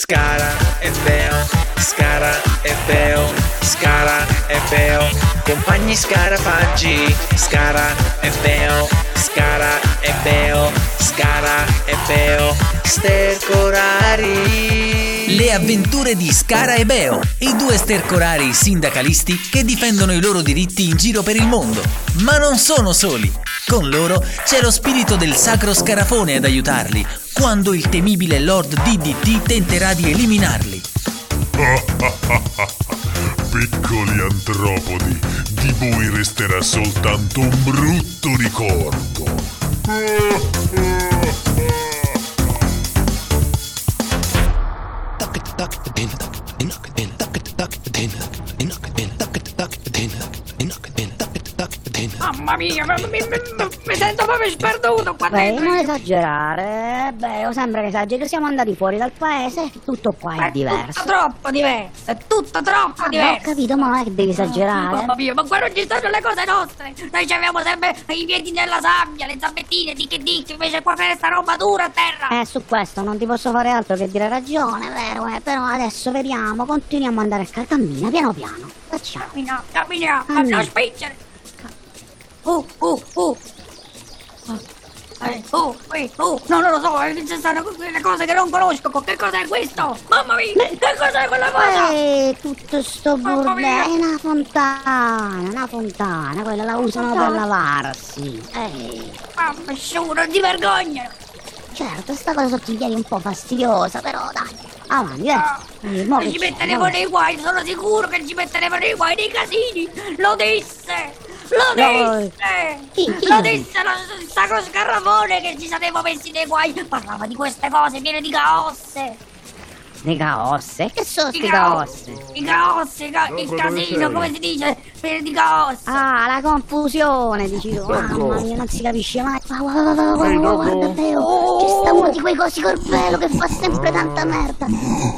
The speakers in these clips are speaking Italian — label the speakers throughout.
Speaker 1: Scara è feo, Scara è feo, Scara è feo, compagni scarafaggi, Scara è feo, Scara è feo, Scara e è feo, stercorari.
Speaker 2: Le avventure di Scara e Beo, i due stercorari sindacalisti che difendono i loro diritti in giro per il mondo. Ma non sono soli. Con loro c'è lo spirito del sacro scarafone ad aiutarli quando il temibile Lord DDT tenterà di eliminarli.
Speaker 3: Piccoli antropodi, di voi resterà soltanto un brutto ricordo.
Speaker 4: Mamma mia, mi, mi- mi- mi sento proprio sperduto qua
Speaker 5: Beh,
Speaker 4: dentro.
Speaker 5: non esagerare, eh, beh, sembra che esageri, siamo andati fuori dal paese, Eh, tutto qua è diverso.
Speaker 4: È tutto troppo diverso, è tutto troppo
Speaker 5: Ah, no, ho
Speaker 4: diverso.
Speaker 5: capito, ma non è che devi esagerare.
Speaker 4: Mamma mia, ma qua non ci stanno le cose nostre. Noi ci avevamo sempre i piedi nella sabbia, le zampettine, di che dici, invece qua resta roba dura a terra.
Speaker 5: Eh, su questo non ti posso fare altro che dire ragione, vero, eh, però adesso vediamo, continuiamo ad andare a cammina piano piano. Facciamo.
Speaker 4: Camminiamo, camminiamo,
Speaker 5: Ah,
Speaker 4: non
Speaker 5: no.
Speaker 4: spingere. Uh, uh, uh. Eh, uh, eh, uh. No, non lo so, eh, ci sono le cose che non conosco. Che cos'è questo? Mamma mia, che cos'è quella cosa?
Speaker 5: Ehi, tutto sto
Speaker 4: Mamma mia.
Speaker 5: bordello, è una fontana, una fontana, quella la usano per lavarsi. Eh, Ehi,
Speaker 4: Mamma, sciuro, di vergogna.
Speaker 5: certo, sta cosa sotto i piedi è un po' fastidiosa, però dai, avanti, eh. Eh, mo che
Speaker 4: ci
Speaker 5: c'è,
Speaker 4: metteremo
Speaker 5: dov'è?
Speaker 4: nei guai, sono sicuro che ci metteremo nei guai nei casini! Lo disse! Lo
Speaker 5: No.
Speaker 4: disse!
Speaker 5: Chi- chi
Speaker 4: Lo
Speaker 5: lo
Speaker 4: disse lo- il sacro scarrafone che ci saremmo messi nei guai! Parlava di queste cose piene di caosse!
Speaker 5: Di
Speaker 6: eh?
Speaker 5: caosse? Che sono
Speaker 4: Di
Speaker 5: sti caosse?
Speaker 4: I caosse, i ca- il casino, come si dice? Pieno di caosse!
Speaker 5: Ah, la confusione, dici tu. Mamma mia, non si capisce mai. Guarda, guarda, guarda, guarda, guarda, Teo, Ci sta uno di quei cosi col velo che fa sempre tanta merda.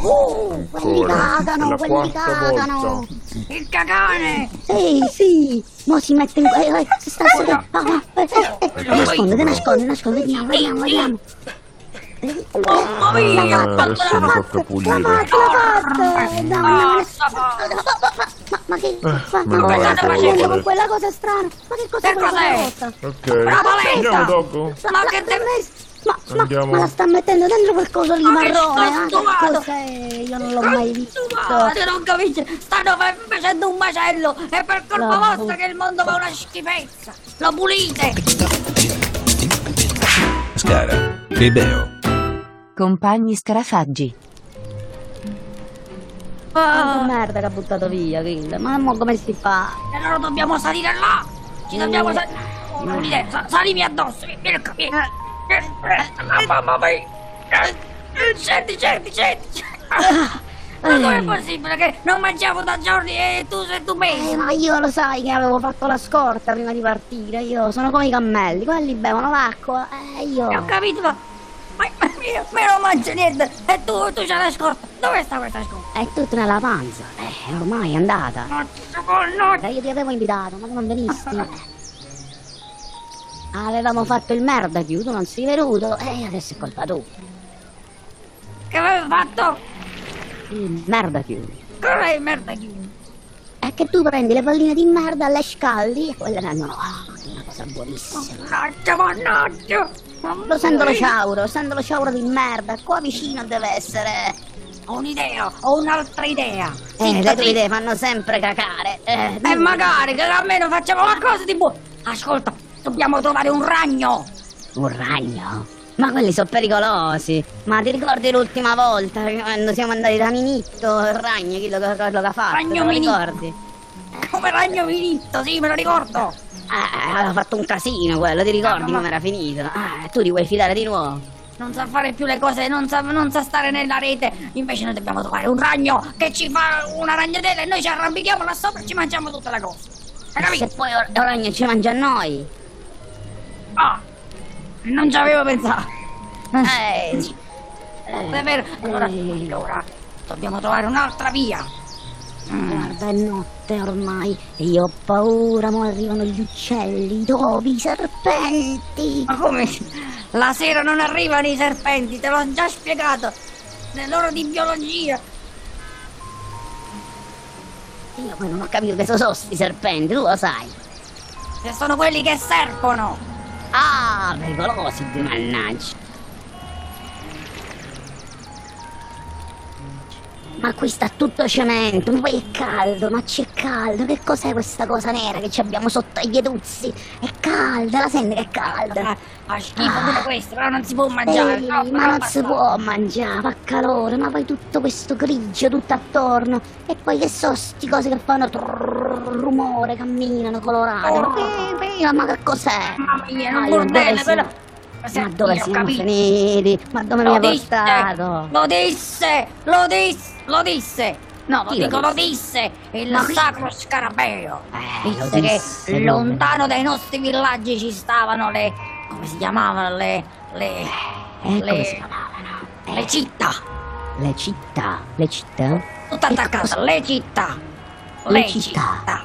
Speaker 5: Uh, quelli cagano, quelli cagano.
Speaker 4: Il cacane!
Speaker 5: Ehi, sì. Mo si mette in... Eh, eh, si sta... seduto. Ah, ah, eh, eh, eh, Nascondete, nascondete, nascondete. Vediamo, vediamo, vediamo.
Speaker 4: Mamma mia!
Speaker 5: La
Speaker 4: ha fatto
Speaker 6: Eh, adesso
Speaker 4: la-
Speaker 6: mi tocca
Speaker 5: La
Speaker 6: pulire.
Speaker 5: fatta, la fatta. No, no, no.
Speaker 4: Basta, basta.
Speaker 5: Ma, ma che fa?
Speaker 6: meno
Speaker 5: Ma cosa
Speaker 4: male
Speaker 5: sta
Speaker 4: che
Speaker 5: facendo
Speaker 6: vuole.
Speaker 5: con quella cosa strana? Ma che cosa
Speaker 4: Che cos'è?
Speaker 6: Ok.
Speaker 4: Brava lei!
Speaker 6: Andiamo dopo.
Speaker 4: Ma che te-
Speaker 5: Ma, ma,
Speaker 6: Andiamo.
Speaker 5: ma la sta mettendo dentro qualcosa di
Speaker 4: Ma che
Speaker 5: marrone, eh? Che
Speaker 4: scontumato!
Speaker 5: cos'è? Io non l'ho mai visto.
Speaker 4: Consumate, non capisci? Stanno fa- facendo un macello! È per colpa
Speaker 5: No.
Speaker 4: vostra che il mondo fa una schifezza! Lo pulite!
Speaker 2: Scara e Beo.
Speaker 7: Compagni scarafaggi.
Speaker 5: Quanta
Speaker 4: Ah,
Speaker 5: merda che ha buttato via, Kill. Ma mo come si fa?
Speaker 4: allora dobbiamo salire là! Ci dobbiamo salire! Pulite, sa- salimi addosso! Vieni qua, vieni! Vieni, eh, ah, Mamma mia! Eh, eh, Scendi, scendi, scendi! Ah, Ma com'è possibile che non mangiamo da giorni e tu sei tu
Speaker 5: Eh,
Speaker 4: mesi?
Speaker 5: ma io lo sai che avevo fatto la scorta prima di partire. Io sono come i cammelli, quelli bevono l'acqua. E io.
Speaker 4: Ho capito, ma... Ma ma io io non mangio niente! E tu, tu c'hai la scorta! Dove sta questa scorta?
Speaker 5: È tutto nella panza. Eh, ormai è andata.
Speaker 4: Non ci sono, no,
Speaker 5: Eh, io ti avevo invitato, ma tu non venisti. Avevamo fatto il merda più, tu non sei venuto. E adesso è colpa tua.
Speaker 4: che avevi fatto?
Speaker 5: Il merda più.
Speaker 4: Cos'è il merda chiudi?
Speaker 5: È che tu prendi le palline di merda, le scaldi e quelle vengono. Ah, è una cosa buonissima.
Speaker 4: Mannaggia, mannaggia!
Speaker 5: Lo sento lo sciauro, sento lo sciauro di merda, qua vicino deve essere.
Speaker 4: Ho un'idea, ho un'altra idea! Zitto,
Speaker 5: Eh, le tue
Speaker 4: zitto.
Speaker 5: idee fanno sempre cacare. Eh,
Speaker 4: E magari che almeno facciamo qualcosa di buono! Ascolta, dobbiamo trovare un ragno!
Speaker 5: Un ragno? Ma quelli sono pericolosi. Ma ti ricordi l'ultima volta che quando siamo andati da Minitto, il ragno, chi lo, lo, lo, ha fatto?
Speaker 4: Ragno
Speaker 5: te lo
Speaker 4: Minitto.
Speaker 5: ricordi?
Speaker 4: Come ragno finito, sì, me lo ricordo!
Speaker 5: Eh, aveva fatto un casino quello, ti ricordi
Speaker 4: ma-
Speaker 5: come era finito? Ah, tu ti vuoi fidare di nuovo?
Speaker 4: Non sa fare più le cose, non sa, non sa stare nella rete! Invece noi dobbiamo trovare un ragno che ci fa una ragnatela e noi ci arrampichiamo là sopra e ci mangiamo tutta la cosa! Hai capito?
Speaker 5: Se poi il ragno ci mangia a noi.
Speaker 4: Ah! Non ci avevo pensato!
Speaker 5: Eh,
Speaker 4: È vero. Allora, allora, dobbiamo trovare un'altra via. Mm.
Speaker 5: Guarda, è notte ormai e io ho paura, mo arrivano gli uccelli, i topi, i serpenti.
Speaker 4: Ma come? La sera non arrivano i serpenti, te l'ho già spiegato. nell'ora di biologia.
Speaker 5: Io poi non ho capito che sono sti serpenti, tu lo sai.
Speaker 4: Che sono quelli che serpono.
Speaker 5: Ah, pericolosi, mannaggia. Ma qui sta tutto cemento, ma poi è caldo, ma c'è caldo. Che cos'è questa cosa nera che ci abbiamo sotto ai pieduzzi? È calda, la senti che è calda?
Speaker 4: Ah, fa schifo pure questo, però non si può mangiare.
Speaker 5: Ehi,
Speaker 4: no,
Speaker 5: ma Eh, non
Speaker 4: no,
Speaker 5: si può mangiare, fa calore, ma poi tutto questo grigio tutto attorno. E poi che so, sti cose che fanno trrrr, rumore, camminano, colorate. Eh, eh, Ma che cos'è?
Speaker 4: Oh.
Speaker 5: Ah,
Speaker 4: Mamma mia,
Speaker 5: Ma
Speaker 4: non
Speaker 5: io dove
Speaker 4: bordello,
Speaker 5: siamo?
Speaker 4: però.
Speaker 5: Ma dove
Speaker 4: Io ho
Speaker 5: siamo
Speaker 4: capito. ecco.
Speaker 5: finiti? Ma dove mi
Speaker 4: Lo
Speaker 5: hai
Speaker 4: disse,
Speaker 5: portato?
Speaker 4: lo disse, lo disse, lo disse. No, lo
Speaker 5: Chi lo
Speaker 4: dico, lo disse il
Speaker 5: Ma chi-
Speaker 4: sacro scarabeo.
Speaker 5: Eh, lo
Speaker 4: Disse
Speaker 5: disse
Speaker 4: che
Speaker 5: lui.
Speaker 4: lontano dai nostri villaggi ci stavano le. come si chiamavano le. le.
Speaker 5: Eh, come
Speaker 4: le-
Speaker 5: si chiamavano?
Speaker 4: le città.
Speaker 5: Le città, le città,
Speaker 4: Tutta
Speaker 5: Che
Speaker 4: attaccata,
Speaker 5: cosa-
Speaker 4: le città.
Speaker 5: le città,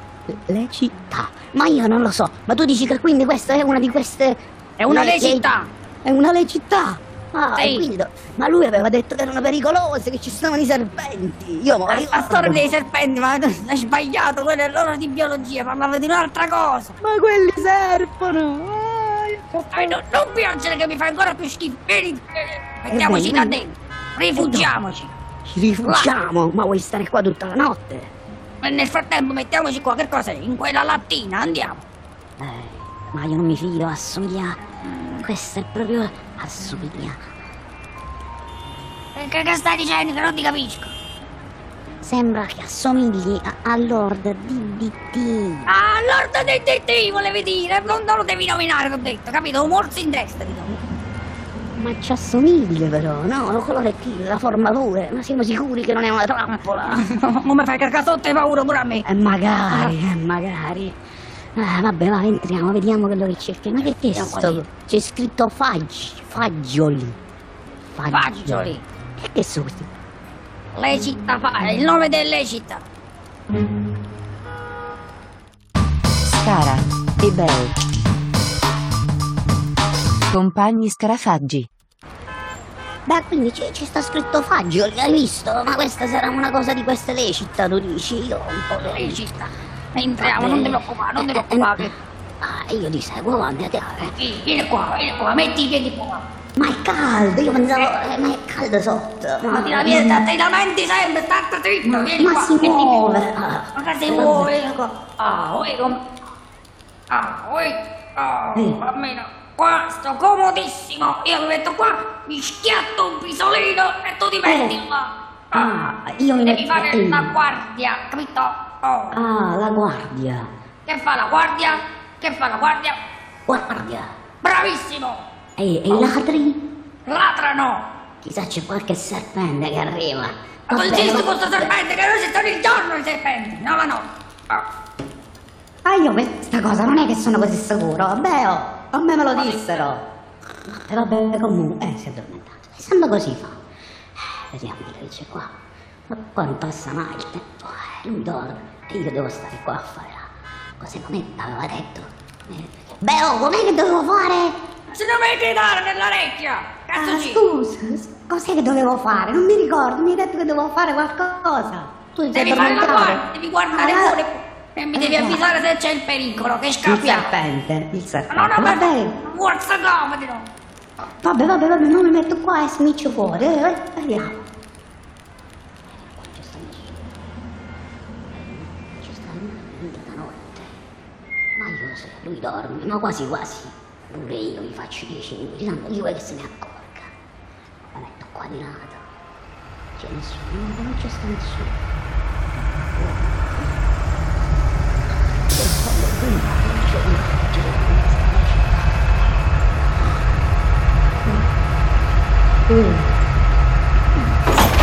Speaker 5: le città. Ma io non lo so, ma tu dici che quindi questa è una di queste...
Speaker 4: È una
Speaker 5: le-
Speaker 4: le città.
Speaker 5: È una le città. Ah,
Speaker 4: Sì.
Speaker 5: e quindi do- ma lui aveva detto che erano pericolose, che ci stavano i serpenti. Io mo-
Speaker 4: La,
Speaker 5: io-
Speaker 4: la storia dei serpenti, ma hai sbagliato, quella è l'ora di biologia, parlava di un'altra cosa.
Speaker 5: Ma quelli serpono! Eh.
Speaker 4: Dai, no- non piangere che mi fa ancora più schifo. Vieni, eh, mettiamoci
Speaker 5: bene,
Speaker 4: da
Speaker 5: bene.
Speaker 4: dentro. Rifugiamoci.
Speaker 5: Ci rifugiamo, ma vuoi stare qua tutta la notte?
Speaker 4: E nel frattempo mettiamoci qua, che cos'è? In quella lattina, andiamo.
Speaker 5: Eh, ma io non mi fido, assomiglia. Questa è proprio. assomiglia.
Speaker 4: Eh, Che, che stai dicendo che non ti capisco?
Speaker 5: Sembra che assomigli a, a Lord DDT.
Speaker 4: Ah, l'orto dei detti, volevi dire. Non, non lo devi nominare, l'ho detto, capito? Un morso in testa, diciamo.
Speaker 5: Ma ci assomiglia però, no? Lo colore è tipo, la forma pure, ma siamo sicuri che non è una trappola.
Speaker 4: Non mi fai cagare sotto hai paura pure a me.
Speaker 5: E magari, eh, magari. Ah, vabbè, va, entriamo, vediamo quello che c'è. Ma che che è sto? C'è scritto faggi, fagioli.
Speaker 4: Fagioli.
Speaker 5: E che sono questi?
Speaker 4: Le città fa, il nome delle città.
Speaker 7: Scara. E Beo. Compagni scarafaggi.
Speaker 5: Beh, quindi c'è, c'è sta scritto fagioli, l'hai visto? Ma questa sarà una cosa di queste lecita, tu dici? Io un po'
Speaker 4: Le
Speaker 5: lecita.
Speaker 4: città. Entriamo, non ti preoccupare, non ti preoccupare. che-
Speaker 5: Ah, io ti seguo, guarda, te-
Speaker 4: Vieni vieni qua, vieni qua, metti i piedi qua.
Speaker 5: eh. Ma è caldo, io pensavo, eh, ma è caldo sotto.
Speaker 4: Ma ti la vieni atteggiamenti sempre, tanto dritto, vieni
Speaker 5: ma
Speaker 4: qua,
Speaker 5: si
Speaker 4: metti i piedi.
Speaker 5: muove. Ah,
Speaker 4: Ma che si muove? vieni qua. Ah, oi come... Ah, oi... Ah, almeno... Qua sto comodissimo, io mi metto qua, mi schiatto un pisolino e tu ti metti
Speaker 5: Eh.
Speaker 4: qua.
Speaker 5: Ah, io mi
Speaker 4: Devi
Speaker 5: metto
Speaker 4: fare
Speaker 5: qui.
Speaker 4: la guardia, capito? Oh.
Speaker 5: Ah, la guardia.
Speaker 4: Che fa la guardia? Che fa la guardia?
Speaker 5: Guardia.
Speaker 4: Bravissimo! Oh.
Speaker 5: E, e i ladri?
Speaker 4: Latrano!
Speaker 5: Chissà c'è qualche serpente che arriva.
Speaker 4: Ma
Speaker 5: Vabbè,
Speaker 4: consiste
Speaker 5: non-
Speaker 4: questo serpente che noi ci stanno il giorno i serpenti, non la notte. Ah.
Speaker 5: Ah, io questa cosa non è che sono così sicuro. Vabbè, oh, a me me lo dissero. E vabbè, comunque, eh, si è addormentato. E sempre così fa. Eh, Vediamo che c'è qua. Ma qua non passa mai il tempo. eh, Lui dorme e io devo stare qua a fare la cosettametta, aveva detto. Eh, Beh, oh, com'è che dovevo fare?
Speaker 4: Se non mi gridare nell'orecchia! Cazzo
Speaker 5: Ah,
Speaker 4: ci!
Speaker 5: scusa, s- cos'è che dovevo fare? Non mi ricordo, mi hai detto che dovevo fare qualcosa. Tu ti sei
Speaker 4: Devi fare la
Speaker 5: addormentato.
Speaker 4: guardia, devi guardare
Speaker 5: Ah,
Speaker 4: fuori e mi devi
Speaker 5: eh,
Speaker 4: avvisare se c'è il pericolo, che
Speaker 5: Il
Speaker 4: scappiamo!
Speaker 5: serpente, il serpente.
Speaker 4: No, no,
Speaker 5: va
Speaker 4: ma
Speaker 5: bene.
Speaker 4: forza comodi no!
Speaker 5: Vabbè, vabbè, vabbè, non mi metto qua e sniccio fuori. Eh, eh, andiamo. Ci sta niente da notte. Ma io lo so, lui dorme, ma quasi quasi. Pure io gli faccio dieci minuti, tanto lui vuoi che se ne accorga. La metto qua di lato. C'è nessuno, no, non c'è sta nessuno.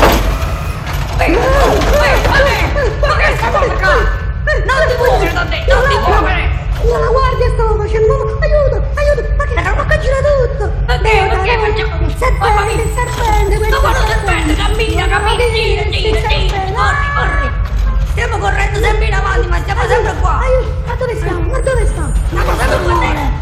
Speaker 4: Ehi, ehi, vabbè, Ma che sta porca? Non ti muovere da te, non ti muovere!
Speaker 5: Io la guardia stavo facendo, aiuto, aiuto, ma che ma che gira tutto?
Speaker 4: Oddio, ma che facciamo?
Speaker 5: Il serpente, il serpente, questo
Speaker 4: No, ma non serpente,
Speaker 5: serpente.
Speaker 4: cammina, cammina, gira, gira, gira, corri, corri! Stiamo correndo sempre in avanti, ma stiamo sempre qua!
Speaker 5: Aiuto, ma dove stiamo? Ma dove stiamo? Ma cosa
Speaker 4: Guardate, guardate.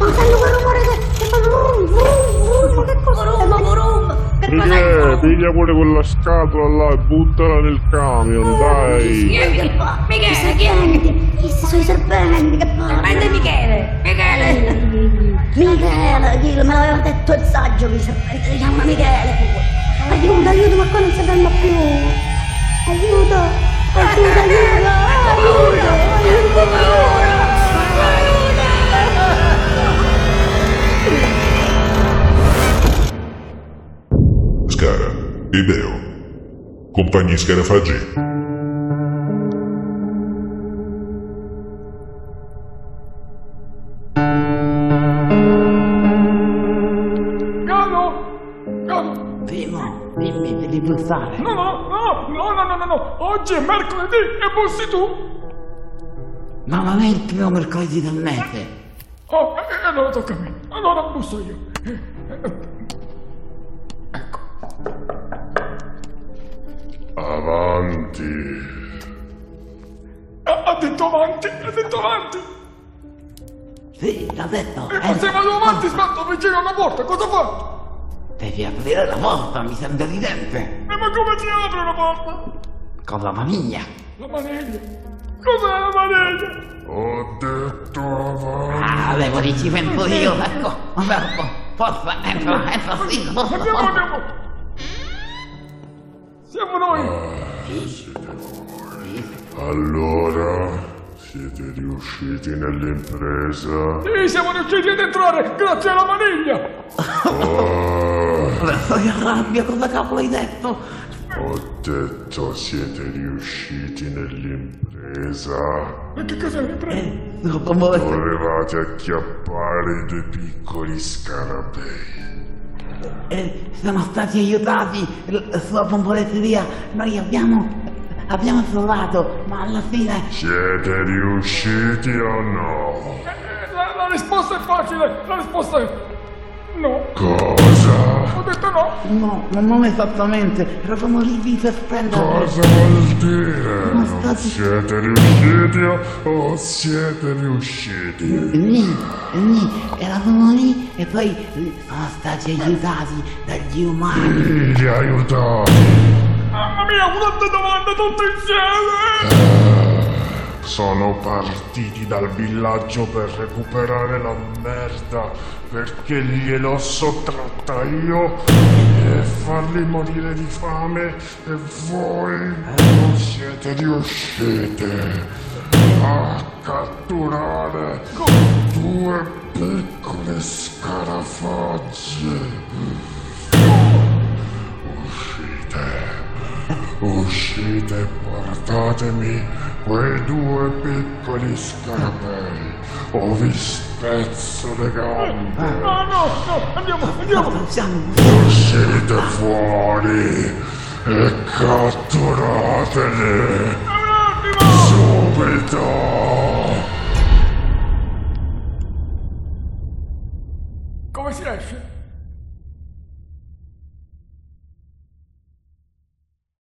Speaker 5: Ma sento quel rumore che, che fa vrum, vrum, vrum, ma che cos'è? Ma
Speaker 4: Burum, burum! Che cos'è?
Speaker 6: piglia pure quella scatola là e buttala nel camion, dai!
Speaker 4: Michele,
Speaker 5: I
Speaker 4: Michele,
Speaker 5: serpenti, chi sono i serpenti, che
Speaker 4: prende
Speaker 5: palle.
Speaker 4: Michele, Michele.
Speaker 5: Michele, dillo, me l'aveva detto il saggio che i serpenti si chiama Michele. Aiuto, aiuto, ma qua non si ferma più. Aiuto, aiuto, aiuto, aiuto, aiuto.
Speaker 3: Scara e Beo. Compagni scarafaggi.
Speaker 8: Nonno! Nonno!
Speaker 9: Primo, dimmi che devi fare.
Speaker 8: No, no, no, no, no, no, no, no, oggi è mercoledì e bussi tu!
Speaker 9: Ma non è il primo mercoledì del mese.
Speaker 8: Oh, e- e allora tocca a me, allora busso io.
Speaker 3: Avanti.
Speaker 8: Ha, ha detto avanti, ha detto avanti!
Speaker 9: Sì, l'ho detto.
Speaker 8: E
Speaker 9: eh,
Speaker 8: se vado avanti sbatto vicino alla porta, cosa faccio?
Speaker 9: Devi aprire la porta, mi sembra evidente.
Speaker 8: E Eh, ma come si apre una porta?
Speaker 9: Con la maniglia.
Speaker 8: La maniglia! Cos'è la maniglia?
Speaker 3: Ho detto avanti.
Speaker 9: Ah, avevo ricevendo
Speaker 8: Eh,
Speaker 9: io, ecco. Verbo. Forza, eh, entra, entra, sì, forza,
Speaker 8: Andiamo,
Speaker 9: forza.
Speaker 8: andiamo! Siamo noi!
Speaker 3: Allora, siete riusciti nell'impresa?
Speaker 8: Sì, siamo riusciti ad entrare grazie alla maniglia!
Speaker 3: Ah,
Speaker 9: Verso che rabbia, cosa cavolo hai detto?
Speaker 3: ho detto siete riusciti nell'impresa?
Speaker 8: E che cos'è l'impresa?
Speaker 9: Dopo molto.
Speaker 3: Volevate acchiappare i due piccoli scarabei.
Speaker 9: Eh, siamo stati aiutati l- sulla bomboletteria. Noi abbiamo. abbiamo salvato, ma alla fine.
Speaker 3: Siete riusciti o no?
Speaker 8: La, la risposta è facile, la risposta è... No,
Speaker 3: Cosa?
Speaker 8: ho detto no.
Speaker 9: No, ma non esattamente. Eravamo lì di sorprendere.
Speaker 3: Cosa vuol dire?
Speaker 9: Ma
Speaker 3: Non
Speaker 9: state-
Speaker 3: siete riusciti o o siete riusciti?
Speaker 9: Lì, lì, eravamo lì e poi eh, sono stati aiutati dagli umani.
Speaker 3: Li aiutate!
Speaker 8: Mamma mia, quante domande tutte insieme!
Speaker 3: Sono partiti dal villaggio per recuperare la merda perché gliel'ho sottratta io e farli morire di fame e voi non siete riuscite a catturare due piccole scarafagge. Uscite. Uscite e portatemi quei due piccoli scarabei. O vi spezzo le gambe.
Speaker 8: No, no, no, andiamo, andiamo!
Speaker 9: Siamo
Speaker 3: Uscite fuori e catturateli
Speaker 8: È un attimo!
Speaker 3: subito.
Speaker 8: Come si esce?